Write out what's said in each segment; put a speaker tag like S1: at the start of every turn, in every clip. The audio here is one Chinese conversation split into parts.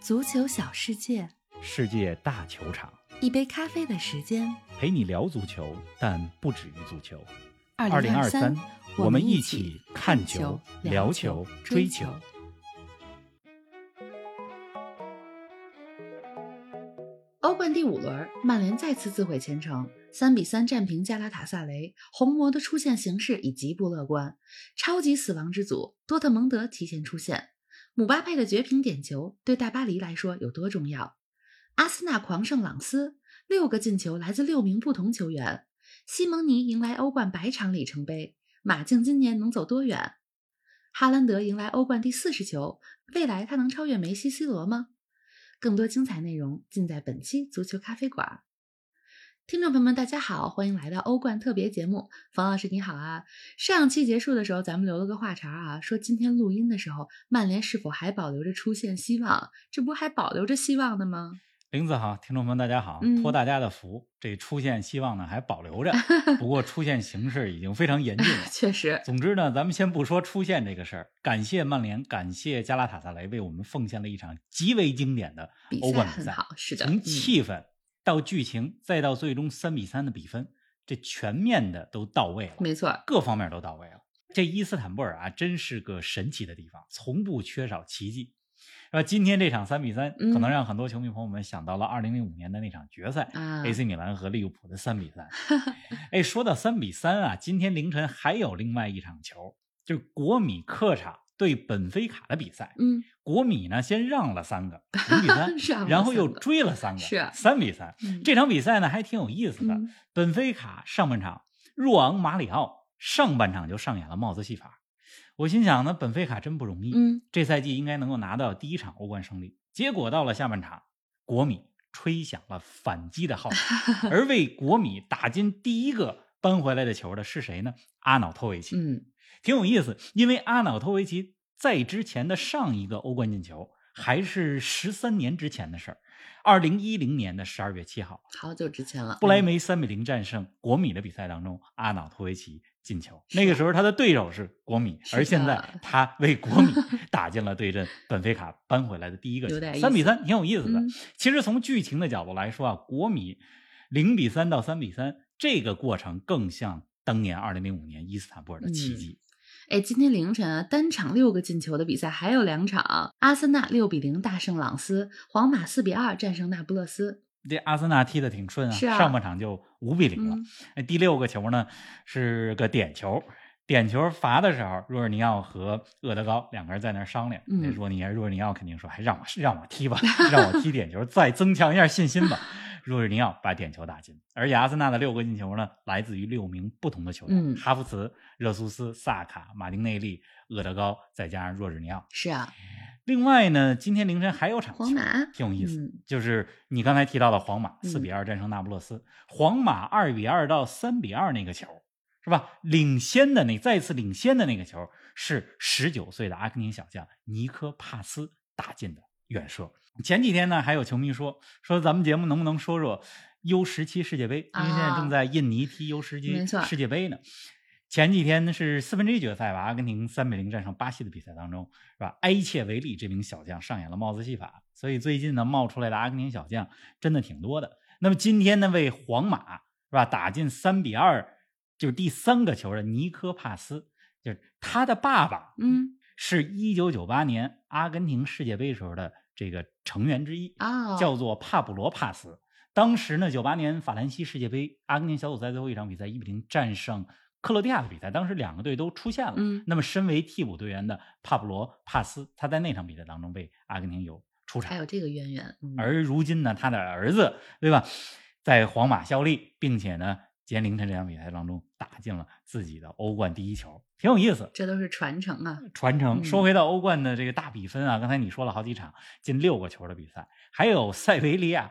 S1: 足球小世界，
S2: 世界大球场，
S1: 一杯咖啡的时间。
S2: 陪你聊足球，但不止于足球。
S1: 二零
S2: 二
S1: 三，
S2: 我
S1: 们
S2: 们
S1: 一
S2: 一起看球、聊球、追
S1: 追
S2: 球。
S1: 欧冠第五轮，曼联再次自毁前程，三比三战平加拉塔萨雷。红魔的出线形势已极不乐观，超级死亡之组多特蒙德提前出线。姆巴佩的绝平点球对大巴黎来说有多重要？阿森纳狂胜朗斯，六个进球来自六名不同球员。西蒙尼迎来欧冠百场里程碑，马竞今年能走多远？哈兰德迎来欧冠第四十球，未来他能超越梅西、C 罗吗？更多精彩内容尽在本期足球咖啡馆。听众朋友们，大家好，欢迎来到欧冠特别节目。冯老师你好啊！上期结束的时候，咱们留了个话茬啊，说今天录音的时候，曼联是否还保留着出现希望？这不还保留着希望呢吗？
S2: 林子好，听众朋友们大家好，
S1: 嗯。
S2: 托大家的福，这出现希望呢还保留着，不过出现形势已经非常严峻了
S1: 确实，
S2: 总之呢，咱们先不说出现这个事儿，感谢曼联，感谢加拉塔萨雷为我们奉献了一场极为经典的
S1: 比
S2: 欧
S1: 赛
S2: 冠比
S1: 很
S2: 赛。
S1: 好，是的，
S2: 从
S1: 嗯
S2: 气氛到剧情，再到最终三比三的比分，这全面的都到位了。
S1: 没错儿，
S2: 各方面都到位了。这伊斯坦布尔啊，真是个神奇的地方，从不缺少奇迹。然后今天这场三比三，
S1: 嗯
S2: 可能让很多球迷朋友们想到了2005年的那场决赛、
S1: 啊
S2: a c 米兰和利物浦的三比 三。哎，说到三比三啊，今天凌晨还有另外一场球，就是国米客场对本菲卡的比赛。
S1: 嗯，
S2: 国米呢先让了三个，零比
S1: 让了
S2: 三，然后又
S1: 三个
S2: 追了三个，
S1: 是啊
S2: 三比三。
S1: 嗯
S2: 这场比赛呢还挺有意思的，
S1: 嗯
S2: 本菲卡上半场若昂马里奥上半场就上演了帽子戏法，我心想呢，本菲卡真不容易，
S1: 嗯
S2: 这赛季应该能够拿到第一场欧冠胜利。结果到了下半场，国米吹响了反击的 号角，而为国米打进第一个扳回来的球的是谁呢？阿瑙托维奇。
S1: 嗯，
S2: 挺有意思，因为阿瑙托维奇在之前的上一个欧冠进球还是十三年之前的事儿，二零一零年的十二月七号，
S1: 好久之前了。
S2: 不莱
S1: 嗯
S2: 梅三比零战胜国米的比赛当中，阿瑙托维奇进球。那个时候他的对手是国米，
S1: 是的
S2: 而 现在他为国米 打进了对阵本菲卡扳回来的第一个
S1: 有点意
S2: 球，
S1: 思
S2: 三比三，挺有意思的。
S1: 嗯
S2: 其实从剧情的角度来说啊，国米零比三到三比三这个过程更像当年二零零五年伊斯坦布尔的奇迹。
S1: 哎，今天凌晨啊，单场六个进球的比赛还有两场，阿森纳六比零大胜朗斯，皇马四比二战胜那不勒斯。
S2: 这阿森纳踢得挺顺啊，
S1: 是啊
S2: 上半场就五比零了。
S1: 嗯
S2: 哎第六个球呢是个点球，点球罚的时候，若尔尼奥和厄德高两个人在那儿商量，
S1: 嗯
S2: 那若尼若尔尼奥肯定说，还让我让我踢吧，让我踢点球，再增强一下信心 吧。若尔尼奥把点球打进，而且阿森纳的六个进球呢，来自于六名不同的球员：
S1: 嗯
S2: 哈弗茨、热苏斯、萨卡、马丁内利、厄德高，再加上若尔尼奥。
S1: 是啊，
S2: 另外呢，今天凌晨还有场球
S1: 皇马
S2: 挺有意思，
S1: 嗯
S2: 就是你刚才提到的皇马
S1: 嗯
S2: 四比二战胜那不勒斯，皇马二比二到三比二那个球是吧？领先的那再次领先的那个球是十九岁的阿根廷小将尼科帕斯打进的远射。前几天呢，还有球迷说说咱们节目能不能说说 U 十七世界杯，因为现在正在印尼踢 U
S1: 没
S2: 十七
S1: 错
S2: 世界杯呢。前几天是四分之一决赛吧，阿根廷三比零战胜巴西的比赛当中，是吧？埃切维利这名小将上演了帽子戏法，所以最近呢冒出来的阿根廷小将真的挺多的。那么今天呢，为皇马是吧打进三比二，就是第三个球的尼科帕斯，就是他的爸爸
S1: 嗯
S2: 是一九九八年阿根廷世界杯时候的这个成员之一
S1: 啊，
S2: 叫做帕布罗·帕斯。当时呢，九八年法兰西世界杯，阿根廷小组赛最后一场比赛一比零战胜克罗地亚的比赛，当时两个队都出现了。
S1: 嗯
S2: 那么，身为替补队员的帕布罗·帕斯，他在那场比赛当中被阿根廷有出
S1: 还
S2: 场
S1: 有，这个渊源。嗯、
S2: 而如今呢，他的儿子对吧，在皇马效力，并且呢，今天凌晨这场比赛当中打进了自己的欧冠第一球，挺有意思。
S1: 这都是传承啊。
S2: 传承。
S1: 嗯
S2: 说回到欧冠的这个大比分啊，刚才你说了好几场进六个球的比赛，还有塞维利亚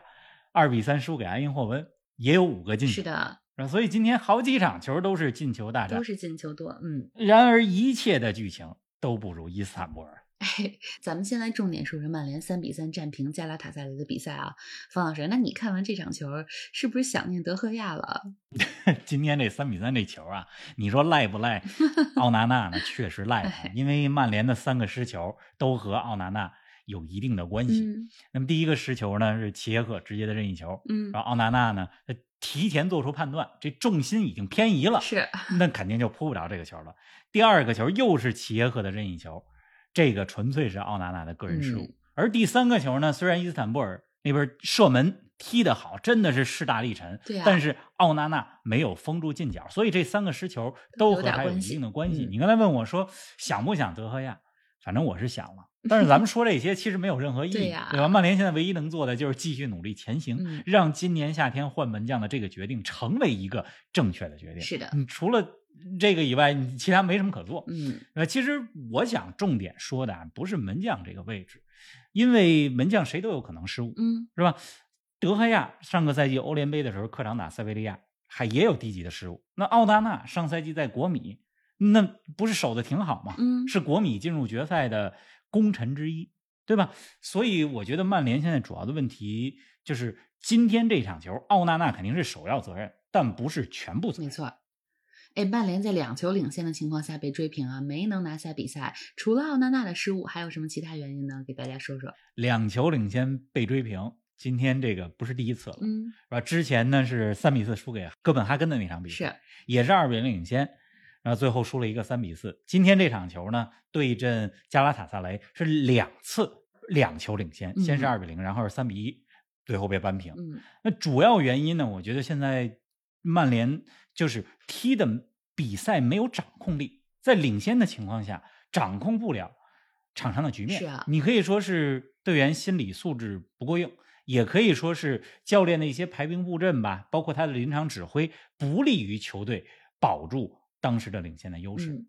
S2: 二比三输给埃因霍温，也有五个进球。
S1: 是，的，
S2: 所以今天好几场球都是进球大战
S1: 都。是进球多。嗯，
S2: 然而，一切的剧情都不如伊斯坦布尔。
S1: 哎，咱们先来重点说说曼联三比三战平加拉塔萨雷的比赛啊，方老师，那你看完这场球是不是想念德赫亚了？
S2: 今天这三比三这球啊，你说赖 不赖奥纳纳呢？确实赖他
S1: 哎，
S2: 因为曼联的三个失球都和奥纳纳有一定的关系。
S1: 嗯
S2: 那么第一个失球呢是齐耶克直接的任意球，
S1: 嗯
S2: 然后奥纳纳呢他提前做出判断，这重心已经偏移了，
S1: 是
S2: 那肯定就扑不着这个球了。第二个球又是齐耶赫的任意球，这个纯粹是奥纳纳的个人失误。
S1: 嗯
S2: 而第三个球呢，虽然伊斯坦布尔那边射门踢得好，真的是势大力沉，
S1: 对啊
S2: 但是奥纳纳没有封住近角，所以这三个失球都和他有一定的关系。
S1: 有点关系嗯
S2: 你刚才问我说想不想德赫亚，反正我是想 了。但是咱们说这些其实没有任何意义，
S1: 对呀
S2: 吧？曼联现在唯一能做的就是继续努力前行，
S1: 嗯
S2: 让今年夏天换门将的这个决定成为一个正确的决定。
S1: 是的，
S2: 你除了这个以外，你其他没什么可做。
S1: 嗯
S2: 呃，其实我想重点说的啊，不是门将这个位置，因为门将谁都有可能失误，
S1: 嗯
S2: 是吧？德赫亚上个赛季欧联杯的时候客场打塞维利亚，还也有低级的失误。那奥纳纳上赛季在国米，那不是守的挺好吗？
S1: 嗯
S2: 是国米进入决赛的功臣之一，对吧？所以我觉得曼联现在主要的问题就是今天这场球，奥纳纳肯定是首要责任，但不是全部责
S1: 没
S2: 任。
S1: 错儿。哎，曼联在两球领先的情况下被追平啊，没能拿下比赛。除了奥纳纳的失误，还有什么其他原因呢？给大家说说。
S2: 两球领先被追平，今天这个不是第一次了，
S1: 嗯，
S2: 是吧？之前呢是三比四输给哥本哈根的那场比赛，
S1: 是，
S2: 也是二比零领先，然后最后输了一个三比四。今天这场球呢，对阵加拉塔萨雷是两次两球领先，
S1: 嗯
S2: 先是二比零，然后是三比一，最后被扳平。
S1: 嗯
S2: 那主要原因呢，我觉得现在曼联就是踢的比赛没有掌控力，在领先的情况下掌控不了场上的局面。
S1: 是啊
S2: 你可以说是队员心理素质不够硬，也可以说是教练的一些排兵布阵吧，包括他的临场指挥，不利于球队保住当时的领先的优势。
S1: 嗯，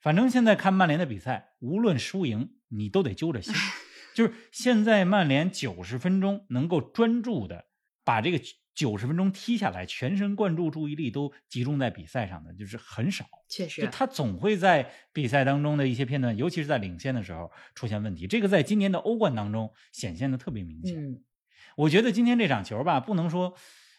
S2: 反正现在看曼联的比赛，无论输赢，你都得揪着心。就是现在曼联九十分钟能够专注的把这个九十分钟踢下来，全神贯注，注意力都集中在比赛上的，就是很少。
S1: 确实
S2: 就，他总会在比赛当中的一些片段，尤其是在领先的时候出现问题。这个在今年的欧冠当中显现的特别明显。
S1: 嗯
S2: 我觉得今天这场球吧，不能说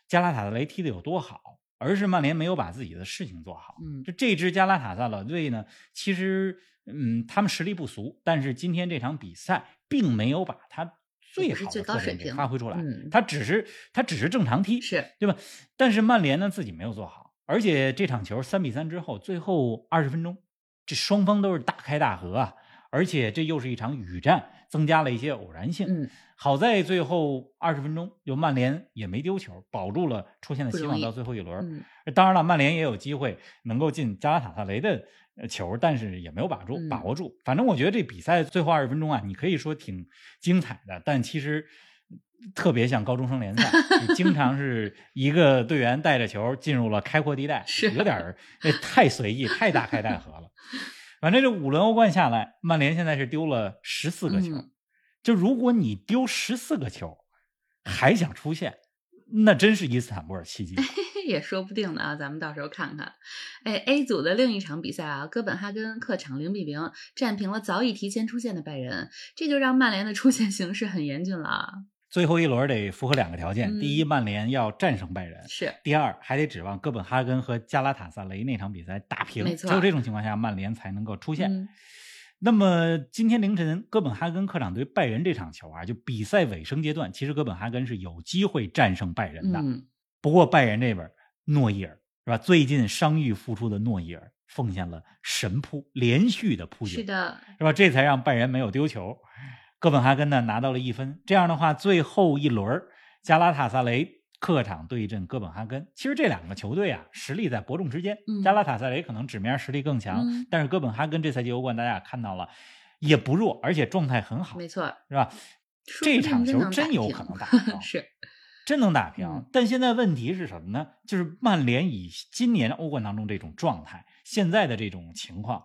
S2: 加拉塔萨雷踢得有多好，而是曼联没有把自己的事情做好。
S1: 嗯
S2: 就这支加拉塔萨老队呢，其实嗯，他们实力不俗，但是今天这场比赛并没有把他最
S1: 也不是
S2: 好的
S1: 最高
S2: 特
S1: 水
S2: 点给
S1: 平
S2: 发挥出来，
S1: 嗯
S2: 他只是他只是正常踢，
S1: 是，
S2: 对吧？但是曼联呢自己没有做好，而且这场球三比三之后，最后二十分钟，这双方都是大开大合啊，而且这又是一场雨战，增加了一些偶然性。
S1: 嗯
S2: 好在最后二十分钟，就曼联也没丢球，保住了出现的希
S1: 不容
S2: 望
S1: 易
S2: 到最后一轮。
S1: 嗯
S2: 当然了，曼联也有机会能够进加拉塔萨雷的呃球，但是也没有把住
S1: 嗯
S2: 把握住。反正我觉得这比赛最后二十分钟啊，你可以说挺精彩的，但其实特别像高中生 联赛，你经常是一个队员带着球进入了开阔地带，
S1: 是
S2: 有点儿那太随意、太大开大合 了。反正这五轮欧冠下来，曼联现在是丢了十四个球。
S1: 嗯
S2: 就如果你丢十四个球还想出线，那真是伊斯坦布尔奇迹。
S1: 也说不定呢啊，咱们到时候看看。哎，A 组的另一场比赛啊，哥本哈根客场零比零战平了早已提前出线的拜仁，这就让曼联的出线形势很严峻了啊。
S2: 最后一轮得符合两个条件：
S1: 嗯
S2: 第一，曼联要战胜拜仁；
S1: 是，
S2: 第二，还得指望哥本哈根和加拉塔萨雷那场比赛打平。
S1: 没错
S2: 只有这种情况下，曼联才能够出线。
S1: 嗯
S2: 那么今天凌晨，哥本哈根客场对拜仁这场球啊，就比赛尾声阶段，其实哥本哈根是有机会战胜拜仁的。
S1: 嗯，
S2: 不过拜仁这边，诺伊尔是吧？最近伤愈复出的诺伊尔奉献了神扑，连续的扑救。
S1: 是的，
S2: 是吧？这才让拜仁没有丢球。哥本哈根呢拿到了一分，这样的话，最后一轮儿加拉塔萨雷客场对阵哥本哈根。其实这两个球队啊，实力在伯仲之间。
S1: 嗯
S2: 加拉塔萨雷可能纸面实力更强，
S1: 嗯
S2: 但是哥本哈根这赛季欧冠大家也看到了，也不弱，而且状态很好，
S1: 没错，
S2: 是吧？
S1: 说
S2: 这
S1: 不定
S2: 场
S1: 真
S2: 球
S1: 能
S2: 真
S1: 打
S2: 有
S1: 平
S2: 可能打哦 平，
S1: 是，
S2: 真能打平。
S1: 嗯
S2: 但现在问题是什么呢？就是曼联以今年欧冠当中这种状态，现在的这种情况，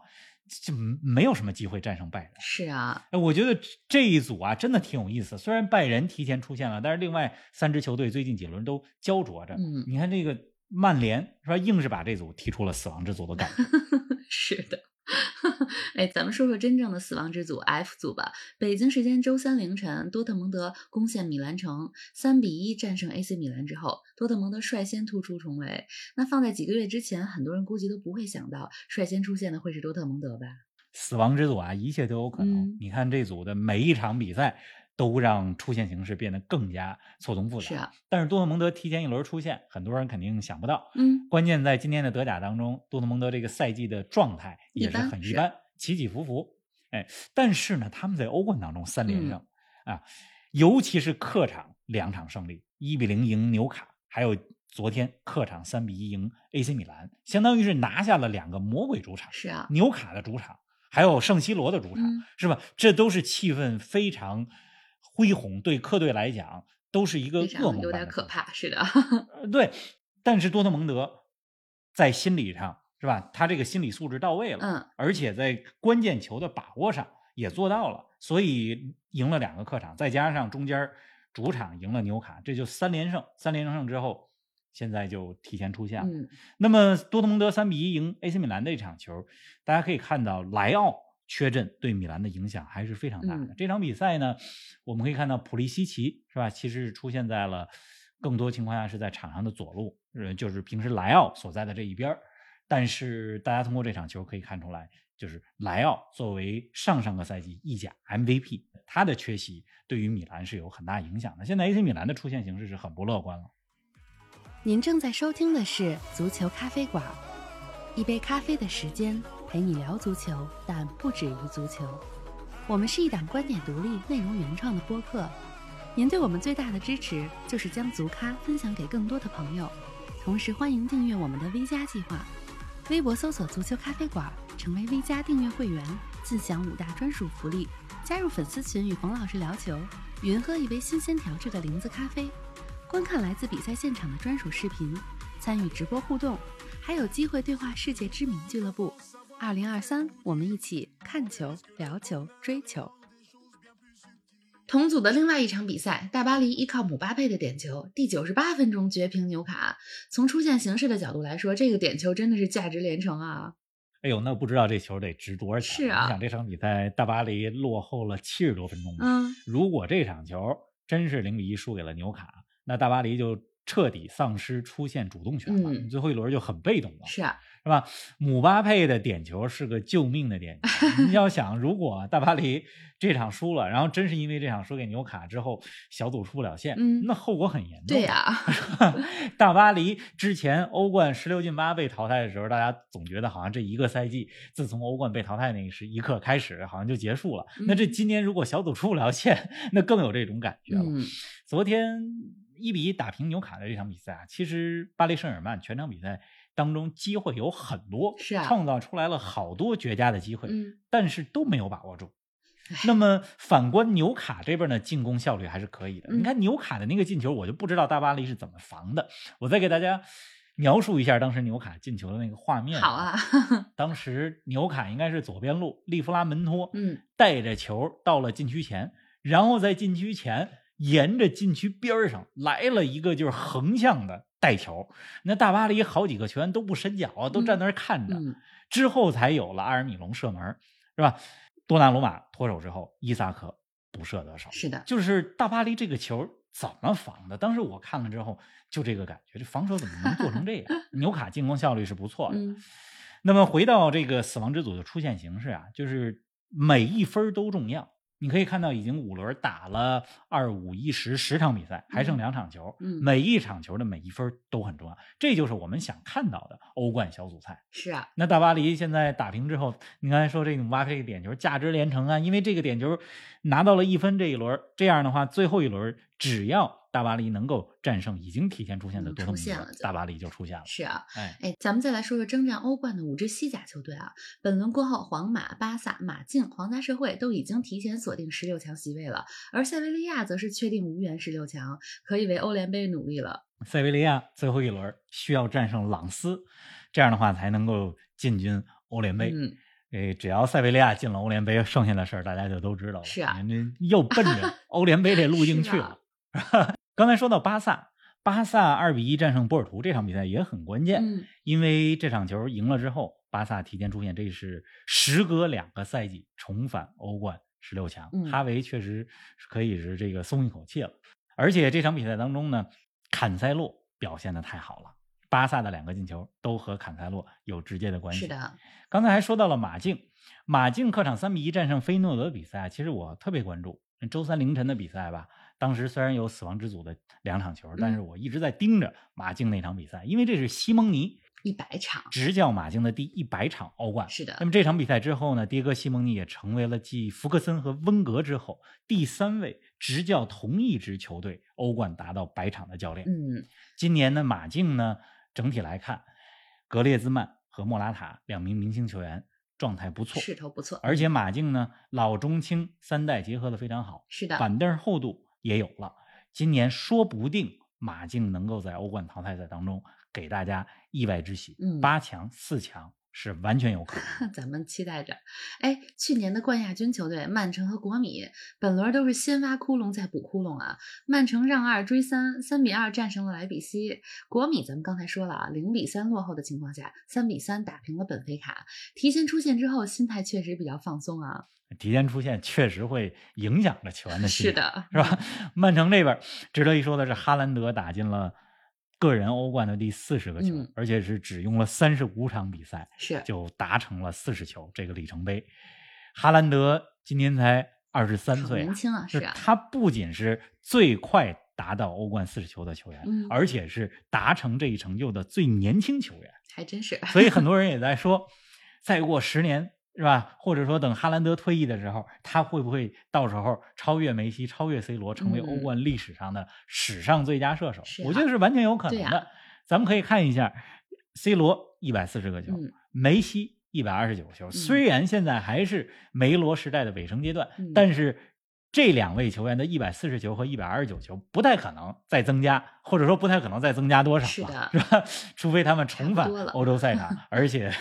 S2: 就没有什么机会战胜拜仁。
S1: 是啊，
S2: 哎，我觉得这这一组啊，真的挺有意思。虽然拜仁提前出现了，但是另外三支球队最近几轮都焦灼着。
S1: 嗯
S2: 你看这个曼联是吧，硬是把这组踢出了死亡之组的感觉。
S1: 是的。 哎，咱们说说真正的死亡之组 F 组吧。北京时间周三凌晨，多特蒙德攻陷米兰城，三比一战胜 AC 米兰之后，多特蒙德率先突出重围。那放在几个月之前，很多人估计都不会想到率先出现的会是多特蒙德吧？
S2: 死亡之组啊，一切都有可能。
S1: 嗯
S2: 你看这组的每一场比赛都让出线形势变得更加错综复杂。
S1: 是啊，
S2: 但是多特蒙德提前一轮出现，很多人肯定想不到。
S1: 嗯，
S2: 关键在今天的德甲当中，多特蒙德这个赛季的状态也是
S1: 一般
S2: 很一
S1: 是
S2: 般，起起伏伏。哎，但是呢，他们在欧冠当中三
S1: 嗯
S2: 连胜、啊，尤其是客场两场胜利，一比零赢纽卡，还有昨天客场三比一赢 AC 米兰，相当于是拿下了两个魔鬼主场。
S1: 是啊，
S2: 纽卡的主场，还有圣西罗的主场，
S1: 嗯
S2: 是吧？这都是气氛非常恢宏，对客队来讲都是一个
S1: 非
S2: 噩
S1: 常
S2: 梦，
S1: 有点可。怕，是的，
S2: 呃对，但是多特蒙德在心理上是吧？他这个心理素质到位了，
S1: 嗯，
S2: 而且在关键球的把握上也做到了，所以赢了两个客场，再加上中间主场赢了纽卡，这就三连胜。三连胜之后，现在就提前出线了。
S1: 嗯，
S2: 那么多特蒙德三比一赢 AC 米兰的一场球，大家可以看到莱奥缺阵对米兰的影响还是非常大的。
S1: 嗯
S2: 这场比赛呢，我们可以看到普利西奇是吧，其实是出现在了更多情况下是在场上的左路，呃，就是平时莱奥所在的这一边儿。但是大家通过这场球可以看出来，就是莱奥作为上上个赛季意甲 MVP，他的缺席对于米兰是有很大影响的。现在 AC 米兰的出现形势是很不乐观了。
S3: 您正在收听的是《足球咖啡馆》，一杯咖啡的时间陪你聊足球，但不止于足球。我们是一档观点独立、内容原创的播客。您对我们最大的支持就是将足咖分享给更多的朋友，同时欢迎订阅我们的 V 加计划。微博搜索“足球咖啡馆”，成为 V 加订阅会员，尽享五大专属福利，加入粉丝群与冯老师聊球，云喝一杯新鲜调制的零子咖啡，观看来自比赛现场的专属视频，参与直播互动，还有机会对话世界知名俱乐部。二零二三，我们一起看球、聊球、追球。
S1: 同组的另外一场比赛，大巴黎依靠姆巴佩的点球，第九十八分钟绝平纽卡。从出线形势的角度来说，这个点球真的是价值连城啊！
S2: 哎呦，那不知道这球得值多少钱？
S1: 是啊
S2: 你想这场比赛大巴黎落后了七十多分钟吧，
S1: 嗯，
S2: 如果这场球真是零比一输给了纽卡，那大巴黎就彻底丧失出线主动权了，
S1: 嗯
S2: 最后一轮就很被动了，
S1: 是啊，
S2: 是吧？姆巴佩的点球是个救命的点球，你要想，如果大巴黎这场输了，然后真是因为这场输给纽卡之后小组出不了线，
S1: 嗯
S2: 那后果很严重。啊
S1: 对啊呀、
S2: 大巴黎之前欧冠十六进八被淘汰的时候，大家总觉得好像这一个赛季，自从欧冠被淘汰那是一刻开始，好像就结束了。那这今年如果小组出不了线， 那更有这种感觉了。
S1: 嗯，
S2: 昨天一比一打平纽卡的这场比赛啊，其实巴黎圣日耳曼全场比赛当中机会有很多，
S1: 是啊
S2: 创造出来了好多绝佳的机会，
S1: 嗯
S2: 但是都没有把握住
S1: 唉。
S2: 那么反观纽卡这边呢，进攻效率还是可以的。
S1: 嗯
S2: 你看纽卡的那个进球，我就不知道大巴黎是怎么防的。我再给大家描述一下当时纽卡进球的那个画面。
S1: 好啊，
S2: 当时纽卡应该是左边路利弗拉门托，
S1: 嗯，
S2: 带着球到了禁区前，然后在禁区前沿着禁区边儿上来了一个就是横向的带球，那大巴黎好几个球员都不伸脚啊，都站那儿看着，
S1: 嗯
S2: 之后才有了阿尔米隆射门，是吧？多纳鲁马脱手之后，伊萨克补射得手，
S1: 是的，
S2: 就是大巴黎这个球怎么防的？当时我看了之后，就这个感觉，这防守怎么能做成这样？ 纽卡进攻效率是不错的。
S1: 嗯
S2: 那么回到这个死亡之组的出线形式啊，就是每一分都重要。你可以看到，已经五轮打了二五一十十场比赛，还剩两场球，
S1: 嗯
S2: 每一场球的每一分都很重要，这就是我们想看到的欧冠小组赛。
S1: 是啊，
S2: 那大巴黎现在打平之后，你刚才说这个姆巴佩点球价值连城啊，因为这个点球拿到了一分这一轮，这样的话最后一轮只要大巴黎能够战胜已经提前出现的
S1: 嗯
S2: 多特
S1: 出
S2: 蒙
S1: 现
S2: 德
S1: 了，就
S2: 大巴黎就出现了。
S1: 是啊。
S2: 哎，
S1: 哎，咱们再来说说征战欧冠的五支西甲球队啊。本轮过后，皇马、巴萨、马竞、皇家社会都已经提前锁定十六强席位了，而塞维利亚则是确定无缘十六强，可以为欧联杯努力了。
S2: 塞维利亚最后一轮需要战胜朗斯，这样的话才能够进军欧联杯。
S1: 嗯，
S2: 诶，只要塞维利亚进了欧联杯，剩下的事儿大家就都知道了。
S1: 是啊
S2: 人家又 奔着欧联杯这路径
S1: 是
S2: 去
S1: 啊
S2: 了。 刚才说到巴萨，巴萨二比一战胜波尔图，这场比赛也很关键，
S1: 嗯，
S2: 因为这场球赢了之后，巴萨提前出现，这是时隔两个赛季重返欧冠十六强。
S1: 嗯
S2: 哈维确实是可以是这个松一口气了，而且这场比赛当中呢，坎塞洛表现的太好了。巴巴萨的两个进球都和坎塞洛有直接的关系。
S1: 是的，
S2: 刚才还说到了马竞，马竞客场三比一战胜菲诺德比赛，啊其实我特别关注周三凌晨的比赛吧。当时虽然有死亡之组的两场球，
S1: 嗯
S2: 但是我一直在盯着马竞那场比赛，因为这是西蒙尼
S1: 一百场，
S2: 执教马竞的第一百场欧冠。
S1: 是的
S2: 那，么这场比赛之后呢，迭戈·西蒙尼也成为了继福克森和温格之后第三位执教同一支球队欧冠达到百场的教练。
S1: 嗯，
S2: 今年呢，马竞呢整体来看，格列兹曼和莫拉塔两名明星球员状态不错，
S1: 势头不错，
S2: 而且马竞呢老中青三代结合的非常好，
S1: 是的，
S2: 板凳厚度也有了。今年说不定马竞能够在欧冠淘汰赛当中给大家意外之喜，
S1: 嗯
S2: 八强、四强是完全有可能的。
S1: 咱们期待着。哎，去年的冠亚军球队曼城和国米，本轮都是先挖窟窿再补窟窿啊。曼城让二追三，三比二战胜了莱比锡。国米咱们刚才说了啊，零比三落后的情况下，三比三打平了本菲卡。提前出线之后，心态确实比较放松啊。
S2: 提前出现确实会影响着球员的心
S1: 是
S2: 理，
S1: 的，
S2: 是吧？ 曼城这边值得一说的是，哈兰德打进了个人欧冠的第四十个球，
S1: 嗯
S2: 而且是只用了三十五场比赛
S1: 是
S2: 就达成了四十球这个里程碑。哈兰德今年才二十三
S1: 好
S2: 岁、啊
S1: 年，轻啊，是
S2: 是
S1: 啊，
S2: 他不仅是最快达到欧冠四十球的球员，
S1: 嗯
S2: 而且是达成这一成就的最年轻球员。
S1: 还真 是。
S2: 所以很多人也在说，再过十年是吧？或者说等哈兰德退役的时候，他会不会到时候超越梅西、超越 C 罗，成为欧
S1: 嗯
S2: 冠历史上的史上最佳射手？
S1: 是
S2: 我
S1: 啊
S2: 觉得是完全有可
S1: 对
S2: 能
S1: 啊
S2: 的。咱们可以看一下，C 罗一百四十个球，
S1: 嗯，
S2: 梅西一百二十九球。虽然现在还是梅罗时代的尾声阶段，
S1: 嗯
S2: 但是这两位球员的一百四十球和一百二十九球不太可能再增加，或者说不太可能再增加多少
S1: 是
S2: 了，
S1: 的
S2: 是吧？除非他们重
S1: 差
S2: 返
S1: 不多了
S2: 欧洲 赛场，而且，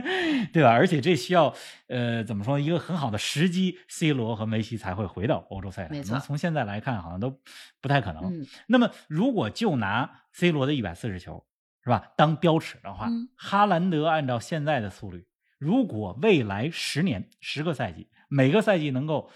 S2: 对吧？而且这需要呃怎么说一个很好的时机，C 罗和梅西才会回到欧洲赛场。
S1: 没错
S2: 从从现在来看，好像都不太可能。
S1: 嗯，
S2: 那么，如果就拿 C 罗的一百四十球是吧当标尺的话，
S1: 嗯
S2: 哈兰德按照现在的速率，如果未来十年十个赛季每个赛季能够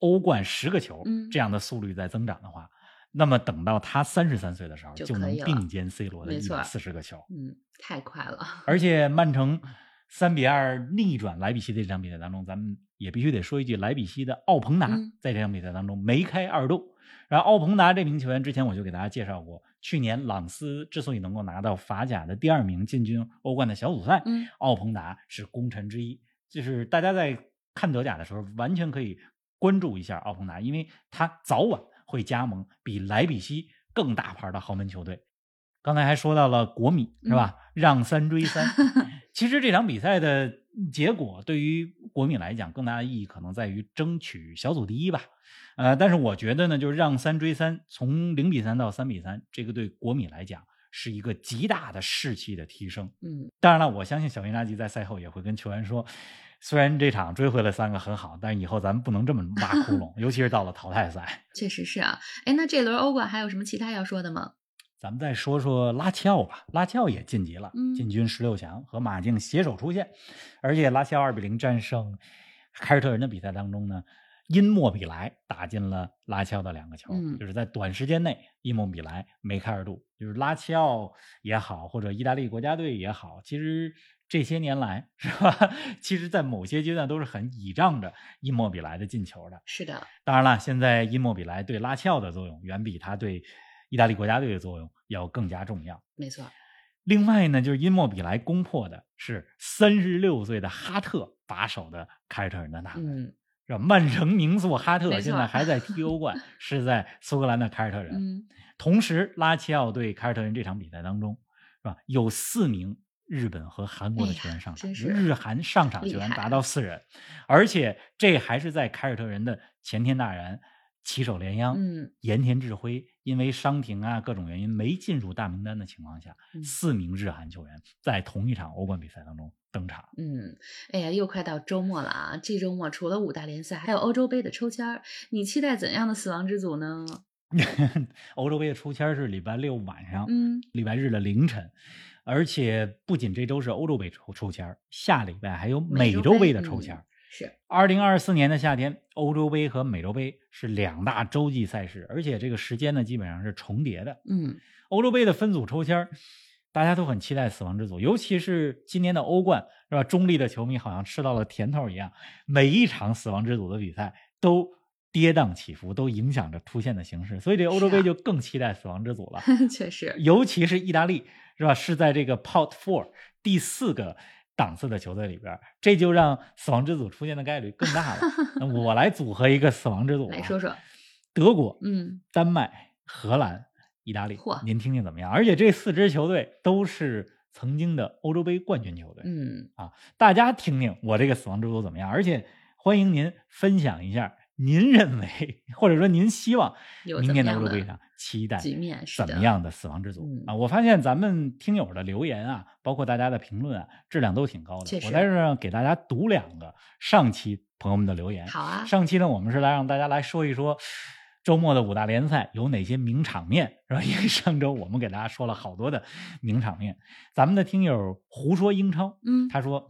S2: 欧冠十个球、
S1: 嗯
S2: 这样的速率在增长的话，那么等到他三十三岁的时候
S1: 就
S2: 就
S1: 可
S2: 能
S1: 以了
S2: 并肩 C 罗的
S1: 没
S2: 一
S1: 错
S2: 百四十个球，
S1: 嗯，太快了，
S2: 而且曼城。三比二逆转莱比锡的这场比赛当中，咱们也必须得说一句，莱比锡的奥彭达
S1: 嗯
S2: 在这场比赛当中梅开二度，然后奥彭达这名球员之前我就给大家介绍过，去年朗斯之所以能够拿到法甲的第二名进军欧冠的小组赛，
S1: 嗯，
S2: 奥彭达是功臣之一。就是大家在看德甲的时候，完全可以关注一下奥彭达，因为他早晚会加盟比莱比锡更大牌的豪门球队。刚才还说到了国米是吧？让三追三，其实这场比赛的结果对于国米来讲，更大的意义可能在于争取小组第一吧。呃，但是我觉得呢，就是让三追三，从零比三到三比三，这个对国米来讲是一个极大的士气的提升。
S1: 嗯，
S2: 当然了，我相信小因扎吉在赛后也会跟球员说，虽然这场追回了三个很好，但是以后咱们不能这么挖窟窿，尤其是到了淘汰赛。
S1: 确实是啊。哎，那这轮欧冠还有什么其他要说的吗？
S2: 咱们再说说拉齐奥吧，拉齐奥也晋级了，
S1: 嗯
S2: 进军十六强，和马竞携手出线，而且拉齐奥二比零战胜凯尔特人的比赛当中呢，因莫比莱打进了拉齐奥的两个球，
S1: 嗯
S2: 就是在短时间内，因莫比莱梅开二度，就是拉齐奥也好，或者意大利国家队也好，其实这些年来是吧， 其实在某些阶段都是很倚仗着因莫比莱的进球的，
S1: 是的，
S2: 当然了，现在因莫比莱对拉齐奥的作用远比他对意大利国家队的作用要更加重要。
S1: 没错，
S2: 另外呢，就是因莫比莱攻破的是三十六岁的哈特把守的凯尔特人的大门，
S1: 嗯
S2: 是吧？曼城名宿哈特
S1: 没错
S2: 现在还在踢 欧冠，是在苏格兰的凯尔特人。
S1: 嗯，
S2: 同时，拉齐奥对凯尔特人这场比赛当中，是吧？有四名日本和韩国的
S1: 哎呀
S2: 球员上
S1: 真
S2: 场，
S1: 是
S2: 日韩上场球员达到四人，而且这还是在凯尔特人的前田大然、旗手联央、
S1: 嗯
S2: 盐田智辉因为伤停啊各种原因没进入大名单的情况下，
S1: 嗯
S2: 四名日韩球员在同一场欧冠比赛当中登场。
S1: 嗯，哎呀，又快到周末了啊！这周末除了五大联赛，还有欧洲杯的抽签儿，你期待怎样的死亡之组呢？
S2: 欧洲杯的抽签是礼拜六晚上，
S1: 嗯，
S2: 礼拜日的凌晨。而且不仅这周是欧洲杯抽抽签儿，下礼拜还有美
S1: 美洲
S2: 洲
S1: 杯
S2: 杯的抽
S1: 嗯
S2: 签儿。
S1: 是，
S2: 二零二四年的夏天，欧洲杯和美洲杯是两大洲际赛事，而且这个时间呢基本上是重叠的。
S1: 嗯，
S2: 欧洲杯的分组抽签儿，大家都很期待死亡之组，尤其是今年的欧冠，是吧？中立的球迷好像吃到了甜头一样，每一场死亡之组的比赛都跌宕起伏，都影响着出线的形势，所以这欧洲
S1: 是啊
S2: 杯就更期待死亡之组了。
S1: 确实，
S2: 尤其是意大利，是吧？是在这个 Pot Four 第四个档次的球队里边儿，这就让死亡之组出现的概率更大了。那我来组合一个死亡之组、啊，
S1: 来说说，
S2: 德国、
S1: 嗯，
S2: 丹麦、荷兰、意大利
S1: 嚯，
S2: 您听听怎么样？而且这四支球队都是曾经的欧洲杯冠军球队，
S1: 嗯，
S2: 大家听听我这个死亡之组怎么样？而且欢迎您分享一下。您认为，或者说您希望
S1: 有
S2: 明
S1: 怎
S2: 年
S1: 么
S2: 的欧
S1: 样
S2: 洲杯
S1: 的
S2: 上期待
S1: 局面是
S2: 怎
S1: 的
S2: 么样的死亡之组、
S1: 嗯
S2: 啊？我发现咱们听友的留言啊，包括大家的评论啊，质量都挺高的
S1: 确。
S2: 我
S1: 实
S2: 在这儿给大家读两个上期朋友们的留言。
S1: 好啊，
S2: 上期呢，我们是来让大家来说一说周末的五大联赛有哪些名场面，是吧？ 因为上周我们给大家说了好多的名场面。咱们的听友胡说英超，
S1: 嗯，
S2: 他说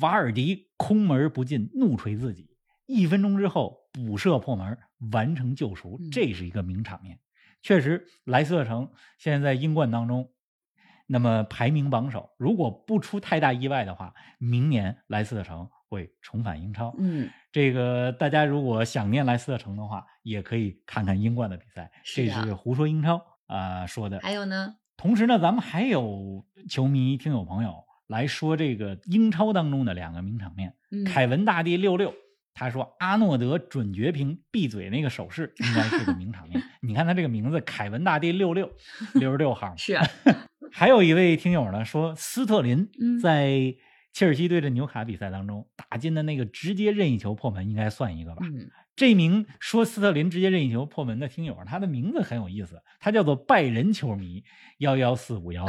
S2: 瓦尔迪空门不进，怒捶自己，一分钟之后补射破门，完成救赎
S1: 嗯，
S2: 这是一个名场面。确实，莱斯特城现在在英冠当中，那么排名榜首，如果不出太大意外的话，明年莱斯特城会重返英超。
S1: 嗯，
S2: 这个大家如果想念莱斯特城的话，也可以看看英冠的比赛。
S1: 是
S2: 这
S1: 的
S2: 是胡说英超啊、呃说的。
S1: 还有呢，
S2: 同时呢，咱们还有球迷、听友朋友来说这个英超当中的两个名场面：
S1: 嗯，
S2: 凯文大帝六六，他说阿诺德准绝平闭嘴那个手势应该是个名场面。 你看他这个名字，凯文大帝六六，六十六号。
S1: 是啊，
S2: 还有一位听友呢说，斯特林
S1: 嗯
S2: 在切尔西对阵纽卡比赛当中打进的那个直接任意球破门，应该算一个吧？
S1: 嗯，
S2: 这名说斯特林直接任意球破门的听友，他的名字很有意思，他叫做拜仁球迷幺幺四 五幺，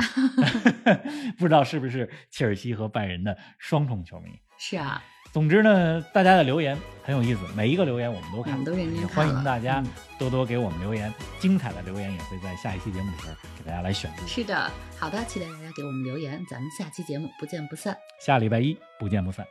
S2: 不知道是不是切尔西和拜仁的双重球迷。
S1: 是啊，
S2: 总之呢，大家的留言很有意思，每一个留言我们都
S1: 嗯
S2: 看，
S1: 我们都认真
S2: 也
S1: 看
S2: 欢
S1: 了
S2: 迎大家
S1: 嗯
S2: 多多给我们留言，精彩的留言也会在下一期节目里边给大家来选出。
S1: 是的，好的，期待大家给我们留言，咱们下期节目不见不散。
S2: 下礼拜一不见不散。